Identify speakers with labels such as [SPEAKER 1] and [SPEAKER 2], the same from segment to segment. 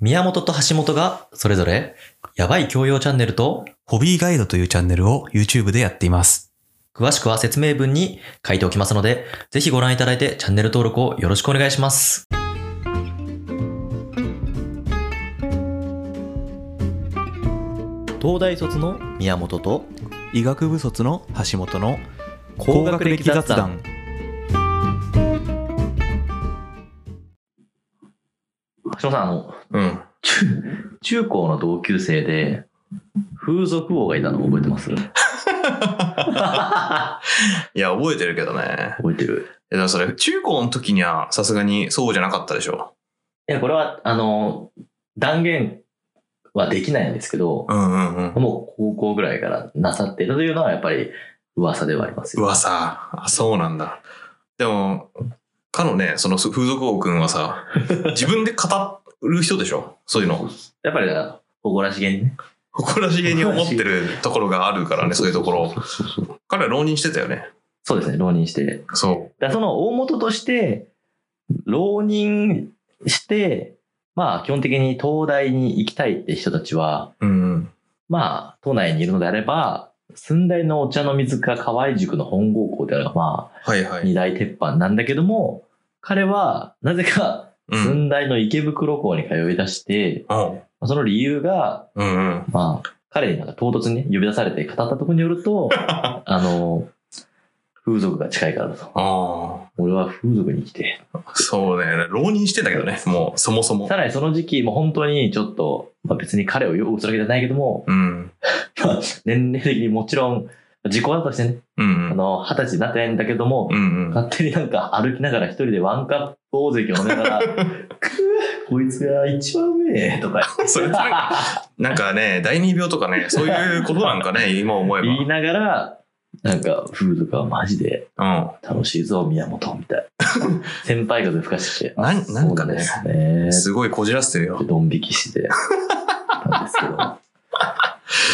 [SPEAKER 1] 宮本と橋本がそれぞれ、やばい教養チャンネルと、
[SPEAKER 2] ホビーガイドというチャンネルを YouTube でやっています。
[SPEAKER 1] 詳しくは説明文に書いておきますので、ぜひご覧いただいてチャンネル登録をよろしくお願いします。東大卒の宮本と、
[SPEAKER 2] 医学部卒の橋本の
[SPEAKER 1] 高学歴雑談。橋本さん、あの、
[SPEAKER 2] うん。
[SPEAKER 1] 中、中高の同級生で、風俗王がいたの覚えてます 覚
[SPEAKER 2] いや、覚えてるけどね。
[SPEAKER 1] えてる。
[SPEAKER 2] え、でもそれ、中高の時にはさすがにそうじゃなかったでしょ。
[SPEAKER 1] いや、これは、あの、断言はできないんですけど、
[SPEAKER 2] うんうんうん。
[SPEAKER 1] もう高校ぐらいからなさっているというのはやっぱり噂ではありますよ。
[SPEAKER 2] 噂。あ、そうなんだ。でも、かのね、その風俗王くんはさ、自分で語る人でしょそういうの。
[SPEAKER 1] やっぱりだから誇らしげにね。
[SPEAKER 2] 誇らしげに思ってるところがあるからね、そういうところ。
[SPEAKER 1] そうそうそう
[SPEAKER 2] 彼は浪人してたよね。
[SPEAKER 1] そうですね、浪人して。だか
[SPEAKER 2] そ
[SPEAKER 1] らその大元として、浪人して、まあ基本的に東大に行きたいって人たちは、
[SPEAKER 2] う。うん
[SPEAKER 1] まあ都内にいるのであれば、寸大のお茶の水か河合塾の本郷校であれば、ま
[SPEAKER 2] うん。はいは
[SPEAKER 1] あ
[SPEAKER 2] い。
[SPEAKER 1] 二大鉄板なんだけども、彼はなぜか
[SPEAKER 2] うん。
[SPEAKER 1] 寸大の池袋校に通い出して、
[SPEAKER 2] うん
[SPEAKER 1] まあその理由が、
[SPEAKER 2] うんうん。
[SPEAKER 1] まあ、彼になんか唐突にね呼び出されて語ったところによる と、あの、風俗が近いからだと。
[SPEAKER 2] あ
[SPEAKER 1] 俺は風俗に来て。
[SPEAKER 2] あ、そうね。浪人してんだけどね、もう、そもそも
[SPEAKER 1] さ。らにその時期、もう本当にちょっと、まあ別に彼を擁護するわけじゃないけども、
[SPEAKER 2] うん。
[SPEAKER 1] 年齢的にもちろん、時効だとしてね、
[SPEAKER 2] う
[SPEAKER 1] あ
[SPEAKER 2] ん
[SPEAKER 1] の、二十歳になってないんだけども
[SPEAKER 2] うん。う、んうん。
[SPEAKER 1] 勝手になんか歩きながら一人でワンカップ大関を飲みながら、くぅ、こいつが一番うめえとか
[SPEAKER 2] それそれなんかね、第二病とかね、そういうことなん かね、今思えば。
[SPEAKER 1] 言いながら、なんか、風俗はマジで
[SPEAKER 2] うん。
[SPEAKER 1] 楽しいぞ、宮本、みたい な。先輩風吹かしてて。
[SPEAKER 2] な
[SPEAKER 1] あ
[SPEAKER 2] なんかね
[SPEAKER 1] そうなんですね。
[SPEAKER 2] すごいこじらせてるよ。
[SPEAKER 1] ドン引きして。なんですけど。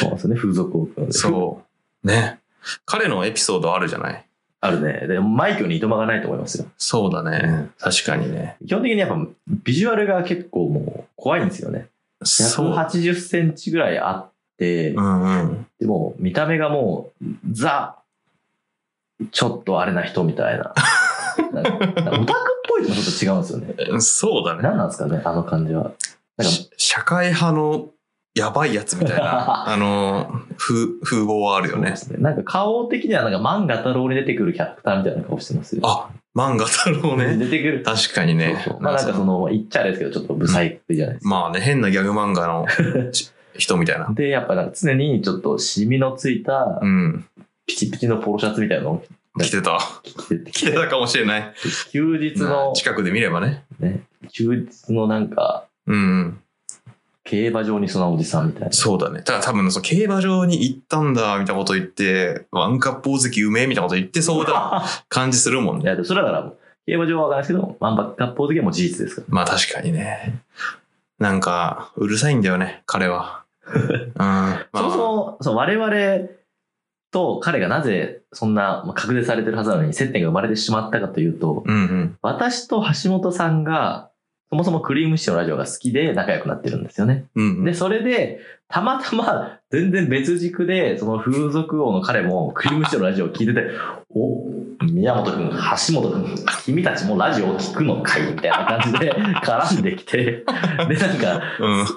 [SPEAKER 1] そうですね、風俗王君。
[SPEAKER 2] そう。ね。彼のエピソードあるじゃない
[SPEAKER 1] あるね。でも、マイにいとまがないと思いますよ。
[SPEAKER 2] そうだ
[SPEAKER 1] う
[SPEAKER 2] ね
[SPEAKER 1] ん。
[SPEAKER 2] 確かにね。
[SPEAKER 1] 基本的にやっぱ、ビジュアルが結構もう怖いんですよね。
[SPEAKER 2] そう。
[SPEAKER 1] 180センチぐらいあって、
[SPEAKER 2] うんうん。
[SPEAKER 1] でも、見た目がもう、ザ、ちょっとあれな人みたいな。なんかなんかオタクっぽいのもちょっと違うんですよね。
[SPEAKER 2] えそうだね。
[SPEAKER 1] 何なんですかね、あの感じは。なんか
[SPEAKER 2] し社会派のやばいやつみたい な、あの、風、風貌はあるよ
[SPEAKER 1] そう
[SPEAKER 2] ね
[SPEAKER 1] で。すね。なんか顔的にはなんか漫画太郎に出てくるキャラクターみたいな顔してますよ。
[SPEAKER 2] あ、漫画太郎ね。
[SPEAKER 1] 出てくる。
[SPEAKER 2] 確かにね。
[SPEAKER 1] そうそうまあなんかその、言っちゃあれですけど、ちょっとブサイクじゃないですか。
[SPEAKER 2] まあね、変なギャグ漫 画のし人みたいな。
[SPEAKER 1] で、やっぱなんか常にちょっとシミのついた
[SPEAKER 2] うん。
[SPEAKER 1] ピチピチのポロシャツみたいなのを
[SPEAKER 2] 来てた。
[SPEAKER 1] 着てて、
[SPEAKER 2] 来てたかもしれない。
[SPEAKER 1] 休日の、
[SPEAKER 2] 近くで見ればね。
[SPEAKER 1] 休日のなんか
[SPEAKER 2] うんうん。
[SPEAKER 1] 競馬場にそのおじさんみたいな。
[SPEAKER 2] そうだね。ただ多分、その競馬場に行ったんだ、みたいなこと言って、ワンカップ大関うめえ、みたいなこと言ってそうだ感じするもん
[SPEAKER 1] い
[SPEAKER 2] ね。
[SPEAKER 1] や、でもそれはだからもう、競馬場はわかんないですけど、万博割烹的にはもう事実ですから。
[SPEAKER 2] まあ確かにね。なんか、うるさいんだよね、彼は。うん。まあ
[SPEAKER 1] そもそも、そう我々と彼がなぜそんな、まあ、隔絶されてるはずなのに接点が生まれてしまったかというと、
[SPEAKER 2] うんうん。
[SPEAKER 1] 私と橋本さんが、そもそもクリームシチューのラジオが好きで仲良くなってるんですよね。
[SPEAKER 2] うんう
[SPEAKER 1] で、
[SPEAKER 2] ん。
[SPEAKER 1] それで、たまたま全然別軸で、その風俗王の彼もクリームシチューのラジオを聞いてて、お、宮本くん、橋本くん、君たちもラジオを聞くのかいみたいな感じで絡んできて、で、なんか、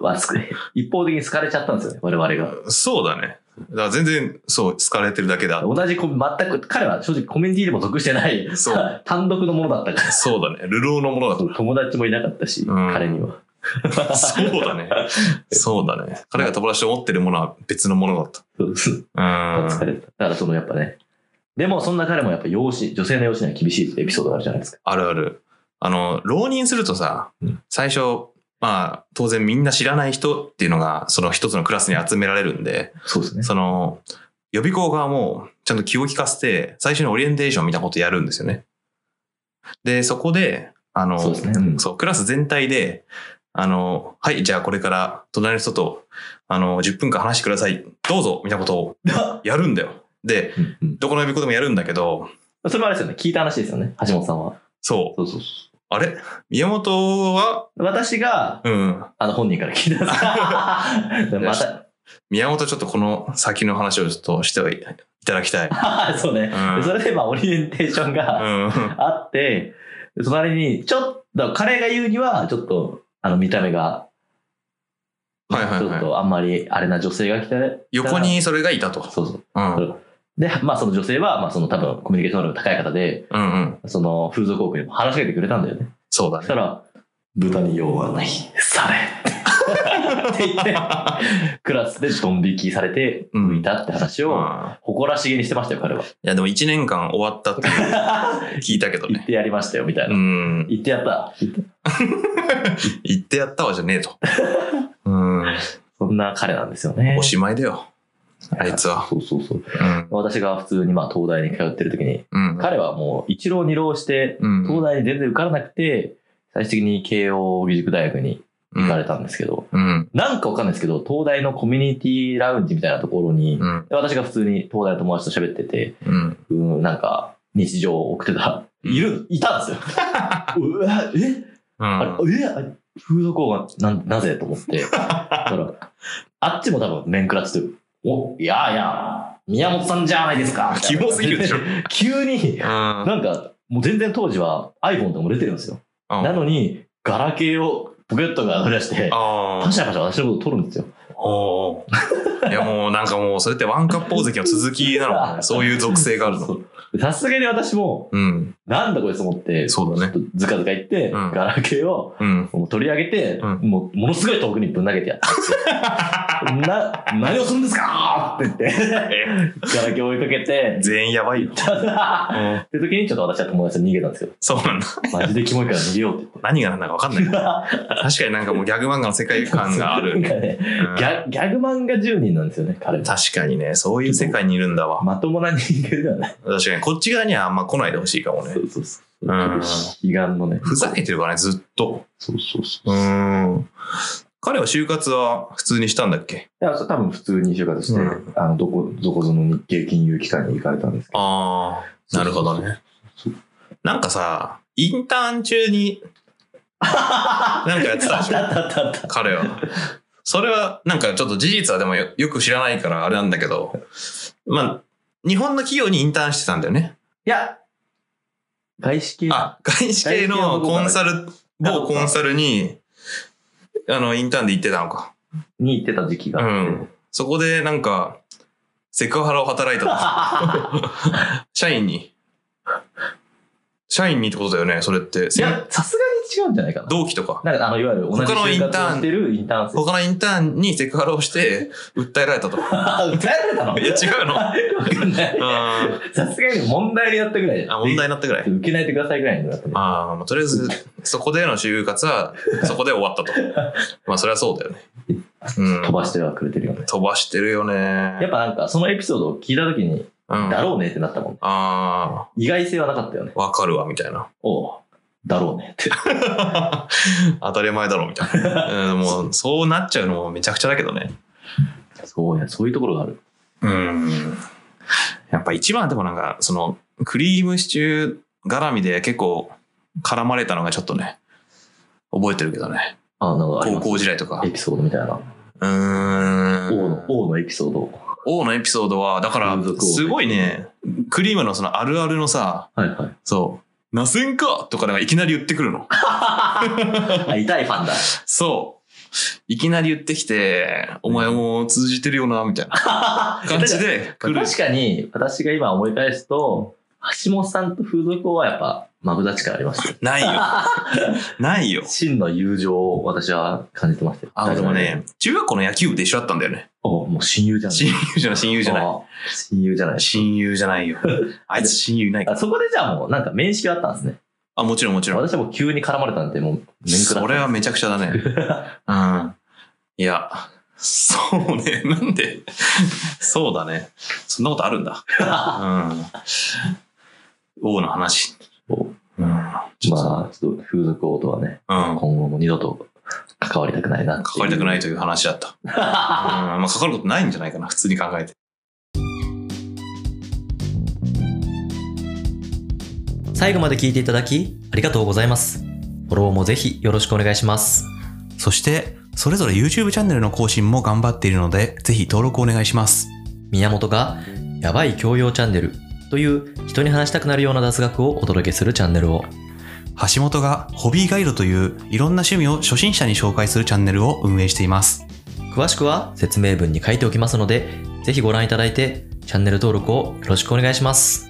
[SPEAKER 1] わす一方的に好かれちゃったんですよね、我々が。
[SPEAKER 2] うん。そうだね。だから全然、そう、好かれてるだけだ。
[SPEAKER 1] 同じコミ、全く、彼は正直コミュニティでも属してない、
[SPEAKER 2] そう。
[SPEAKER 1] 単独のものだったか
[SPEAKER 2] そうだね。流浪のものだと
[SPEAKER 1] ら、友達もいなかったし、
[SPEAKER 2] うん
[SPEAKER 1] 彼には。
[SPEAKER 2] そう だね。そうだね。彼が友達と思ってるものは別のものだった。
[SPEAKER 1] そうそう
[SPEAKER 2] うん。
[SPEAKER 1] 疲れた。だからそのやっぱね。でもそんな彼もやっぱ養子、女性の養子には厳しいエピソードがあるじゃないですか。
[SPEAKER 2] あるある。あの、浪人するとさ
[SPEAKER 1] うん、
[SPEAKER 2] 最初、まあ、当然みんな知らない人っていうのが、その一つのクラスに集められるんで、
[SPEAKER 1] そうですね。
[SPEAKER 2] その、予備校側もちゃんと気を利かせて、最初にオリエンテーションみたいなことやるんですよね。で、そこで、あの、
[SPEAKER 1] そうですねうん
[SPEAKER 2] そうクラス全体で、あの、はい、じゃあこれから隣の人と、あの、10分間話してください。どうぞみたいなこと をやるんだよ。で、
[SPEAKER 1] うんうん
[SPEAKER 2] どこの予備校でもやるんだけど、
[SPEAKER 1] それはあれですよね。聞いた話ですよね。橋本さんは。
[SPEAKER 2] そう、
[SPEAKER 1] そうそう
[SPEAKER 2] あれ宮本は、
[SPEAKER 1] 私が、
[SPEAKER 2] うん。
[SPEAKER 1] あの、本人から聞いたん ですでもまた
[SPEAKER 2] 宮本ちょっとこの先の話をちょっとしてはいただきたい。
[SPEAKER 1] あー、そうね。
[SPEAKER 2] うん
[SPEAKER 1] それで、まあ、オリエンテーション
[SPEAKER 2] う
[SPEAKER 1] が
[SPEAKER 2] ん。
[SPEAKER 1] あって、隣に、ちょっと、彼が言うには、ちょっと、あの、見た目が、
[SPEAKER 2] はいはいはい
[SPEAKER 1] ちょっと、あんまり、あれな女性が来たね
[SPEAKER 2] 横。にそれがいたと。
[SPEAKER 1] そうそう。
[SPEAKER 2] うん。うん
[SPEAKER 1] で、まあ、その女性は、まあ、その、多分、コミュニケーション能力高い方で、
[SPEAKER 2] うん。
[SPEAKER 1] その、風俗奥にも話しかけてくれたんだよね。
[SPEAKER 2] そうだ
[SPEAKER 1] そし
[SPEAKER 2] ね。
[SPEAKER 1] たら、豚に用はない、され。って言って、クラスでドン引きされて、
[SPEAKER 2] うん
[SPEAKER 1] 浮いたって話を、
[SPEAKER 2] まあ
[SPEAKER 1] 誇らしげにしてましたよ、彼は。
[SPEAKER 2] いや、でも1年間終わったって 聞いたけど
[SPEAKER 1] 言っ
[SPEAKER 2] ね。
[SPEAKER 1] てやりましたよ、みたいうな。
[SPEAKER 2] ん。
[SPEAKER 1] 言ってやった。
[SPEAKER 2] 言ってやったわじゃねえ と。うん。
[SPEAKER 1] そんな彼なんですよね。
[SPEAKER 2] おしまいだよ。あいつは。
[SPEAKER 1] そうそうそう。
[SPEAKER 2] うん。
[SPEAKER 1] 私が普通にまあ東大に通ってる時に、
[SPEAKER 2] うん。
[SPEAKER 1] 彼はもう一浪二浪して、
[SPEAKER 2] うん
[SPEAKER 1] 東大に全然受からなくて、最終的に慶応義塾大学に行かれたんですけど、
[SPEAKER 2] うん。
[SPEAKER 1] なんかわかんないですけど、東大のコミュニティラウンジみたいなところに、
[SPEAKER 2] うん。
[SPEAKER 1] で私が普通に東大の友達と喋ってて、
[SPEAKER 2] うん。
[SPEAKER 1] うん、なんか、日常を送ってた。いる、いたん ですよ。うわ、え
[SPEAKER 2] う
[SPEAKER 1] あ
[SPEAKER 2] ん。
[SPEAKER 1] れ、えあれ風俗王がな、なぜと思って。だから、あっちも多分、面食らってて、お、いやいや、宮本さんじゃないですか。
[SPEAKER 2] 希望すぎるでしょ。
[SPEAKER 1] 急に、
[SPEAKER 2] うん
[SPEAKER 1] なんか、もう全然当時は iPhone でも売れてるんですよ。
[SPEAKER 2] うん
[SPEAKER 1] なのに、ガラケーをポケットから取り出して、
[SPEAKER 2] あ
[SPEAKER 1] パシャパシャ私のこと取るんですよ。
[SPEAKER 2] あ。おーいやもうなんかもうそれってワンカップ大関の続きなの かね。そういう属性がある
[SPEAKER 1] そ
[SPEAKER 2] の。
[SPEAKER 1] うそうさすがに私も、
[SPEAKER 2] うん。
[SPEAKER 1] なんだこいつと思って、
[SPEAKER 2] そうだね
[SPEAKER 1] ちょっとずかずか行って、
[SPEAKER 2] うん
[SPEAKER 1] ガラケーを、
[SPEAKER 2] うん。
[SPEAKER 1] もう取り上げて、
[SPEAKER 2] うん
[SPEAKER 1] もうものすごい遠くにぶん投げてやった ってな何をするんですかって言って、ガラケー追いかけて、
[SPEAKER 2] 全員やばいよ。
[SPEAKER 1] ただ、
[SPEAKER 2] うん
[SPEAKER 1] って時にちょっと私は友達と逃げたんですけ
[SPEAKER 2] そうなんだ。
[SPEAKER 1] ど、マジでキモいから逃げようって
[SPEAKER 2] 何が何だか分かんない。
[SPEAKER 1] 言っ
[SPEAKER 2] 確かになんかもうギャグ漫画の世界
[SPEAKER 1] て。
[SPEAKER 2] 観があ
[SPEAKER 1] な
[SPEAKER 2] る
[SPEAKER 1] ん
[SPEAKER 2] ね。
[SPEAKER 1] かね
[SPEAKER 2] う
[SPEAKER 1] ギ
[SPEAKER 2] ん
[SPEAKER 1] ャギャグ漫画10人なんですよね、彼
[SPEAKER 2] 確かにね、そういう世界にいるんだわ。
[SPEAKER 1] まともな人間ではない。
[SPEAKER 2] 確かに、こっち側にはあんま来ないでほしいかも ね
[SPEAKER 1] そ。うそうそう。
[SPEAKER 2] うん
[SPEAKER 1] 悲願のね。
[SPEAKER 2] ふざけてるからね、ずっと。
[SPEAKER 1] そうそうそうう。い
[SPEAKER 2] ん。彼は就活は普通にしたんだっけ
[SPEAKER 1] や、それ多分普通に就活して、
[SPEAKER 2] うん
[SPEAKER 1] あの、どこ、どこぞの日系金融機関に行かれたんですけど。
[SPEAKER 2] ああ、なるほどね
[SPEAKER 1] そう。
[SPEAKER 2] なんかさ、インターン中 に、なんかやってた
[SPEAKER 1] あ
[SPEAKER 2] で
[SPEAKER 1] っ
[SPEAKER 2] しょ
[SPEAKER 1] たあったあったあった。
[SPEAKER 2] 彼は。それは、なんかちょっと事実はでもよよく知らないからあれなんだけど、まあ、日本の企業にインターンしてたんだよね。
[SPEAKER 1] いや、外資系。
[SPEAKER 2] あ、外資系のコンサル、某コンサルに、あの、インターンで行ってたのか。
[SPEAKER 1] に行ってた時期が
[SPEAKER 2] う
[SPEAKER 1] あって。
[SPEAKER 2] ん。そこでなんか、セクハラを働いたの 社員に。社員にってことだよね、それって。
[SPEAKER 1] いや、さすがに違うんじゃないかな。
[SPEAKER 2] 同期とか。
[SPEAKER 1] なんか、あの、いわゆる同じ
[SPEAKER 2] 他のインタ
[SPEAKER 1] 就活をし
[SPEAKER 2] ーン
[SPEAKER 1] てるインターン生。
[SPEAKER 2] 他のインターンにセクハラをして、訴えられ たと。い
[SPEAKER 1] あ、訴えられたの
[SPEAKER 2] や、違う の。
[SPEAKER 1] わかんない
[SPEAKER 2] あ
[SPEAKER 1] さすがに問題になったぐらいじゃん
[SPEAKER 2] あ、問題になったぐらい。
[SPEAKER 1] 受けないでくださいぐらいになったね。
[SPEAKER 2] ああ、まあ、とりあえず、そこでの就活は、そこで終わ ったと。まあ、それはそうだよね。うん。
[SPEAKER 1] 飛ばしてはくれてるよね。
[SPEAKER 2] 飛ばしてるよね。
[SPEAKER 1] やっぱなんか、そのエピソードを聞いた時に、
[SPEAKER 2] うん、
[SPEAKER 1] だ
[SPEAKER 2] あ
[SPEAKER 1] ろうねってなったもんね。
[SPEAKER 2] あ
[SPEAKER 1] 意外性はなかったよね。
[SPEAKER 2] ー、わかるわ、みたいな。
[SPEAKER 1] おうだろうねって。
[SPEAKER 2] 当たり前だろ、みた いな。うん、もう、そうなっちゃうのもめちゃくちゃだけどね。
[SPEAKER 1] そうや、そういうところがある。
[SPEAKER 2] うん。やっぱ一番はでもなんか、その、クリームシチュー絡みで結構絡まれたのがちょっとね、覚えてるけどね。
[SPEAKER 1] あ、なんかあり
[SPEAKER 2] 高
[SPEAKER 1] ます
[SPEAKER 2] 校時代とか。
[SPEAKER 1] エピソードみたいな。
[SPEAKER 2] うー
[SPEAKER 1] 王
[SPEAKER 2] ん
[SPEAKER 1] の、。王のエピソード。
[SPEAKER 2] 王のエピソードは、だから
[SPEAKER 1] 満足王、
[SPEAKER 2] すごいね、クリームのそのあるあるのさ、
[SPEAKER 1] はい はい。
[SPEAKER 2] そう、なせんかとかなんかいきなり言ってくるの。
[SPEAKER 1] あ、痛いファンだ。
[SPEAKER 2] そう。いきなり言ってきて、お前もう通じてるよな、みたいな感じで来る。
[SPEAKER 1] 確かに、私が今思い返すと、橋本さんと風俗王はやっぱ、マブダチ感ありましたよ。
[SPEAKER 2] ないよ。ないよ。
[SPEAKER 1] 真の友情を私は感じてましたよ。
[SPEAKER 2] あの、でもね、中学校の野球部で一緒だったんだよね。
[SPEAKER 1] お。もう親友じゃない。
[SPEAKER 2] 親友じゃない、親友じゃない。
[SPEAKER 1] あ親友じゃない。
[SPEAKER 2] 親友じゃないよ。 あいつ親友いないか
[SPEAKER 1] あ
[SPEAKER 2] ら。
[SPEAKER 1] そこでじゃあもうなんか面識はあったんですね。
[SPEAKER 2] あ、もちろんもちろん。
[SPEAKER 1] 私はもう急に絡まれたんで、もう面食ら
[SPEAKER 2] そ
[SPEAKER 1] っ
[SPEAKER 2] れはめちゃくちゃだね。 うん。いや、そうね。 なんで、そうだね。そんなことあるんだ。 うん。王の話。
[SPEAKER 1] 王
[SPEAKER 2] うん。ちょっと、
[SPEAKER 1] まあ、ちょっと風俗王とはね、
[SPEAKER 2] うん。
[SPEAKER 1] 今後も二度と関わりたくないなってう
[SPEAKER 2] 関わりたくないという話だった。 うん、まあ、関わることないんじゃないかな、普通に考えて。
[SPEAKER 3] 最後まで聞いていただきありがとうございます
[SPEAKER 1] フォローもぜひよろしくお願いします。
[SPEAKER 2] そして、それぞれ YouTube チャンネルの更新も頑張っているので、ぜひ登録お願いします。
[SPEAKER 1] 宮本がやばい教養チャンネルという人に話したくなるような雑学をお届けするチャンネルを、
[SPEAKER 2] 橋本がホビーガイドといういろんな趣味を初心者に紹介するチャンネルを運営しています。
[SPEAKER 1] 詳しくは説明文に書いておきますので、ぜひご覧いただいてチャンネル登録をよろしくお願いします。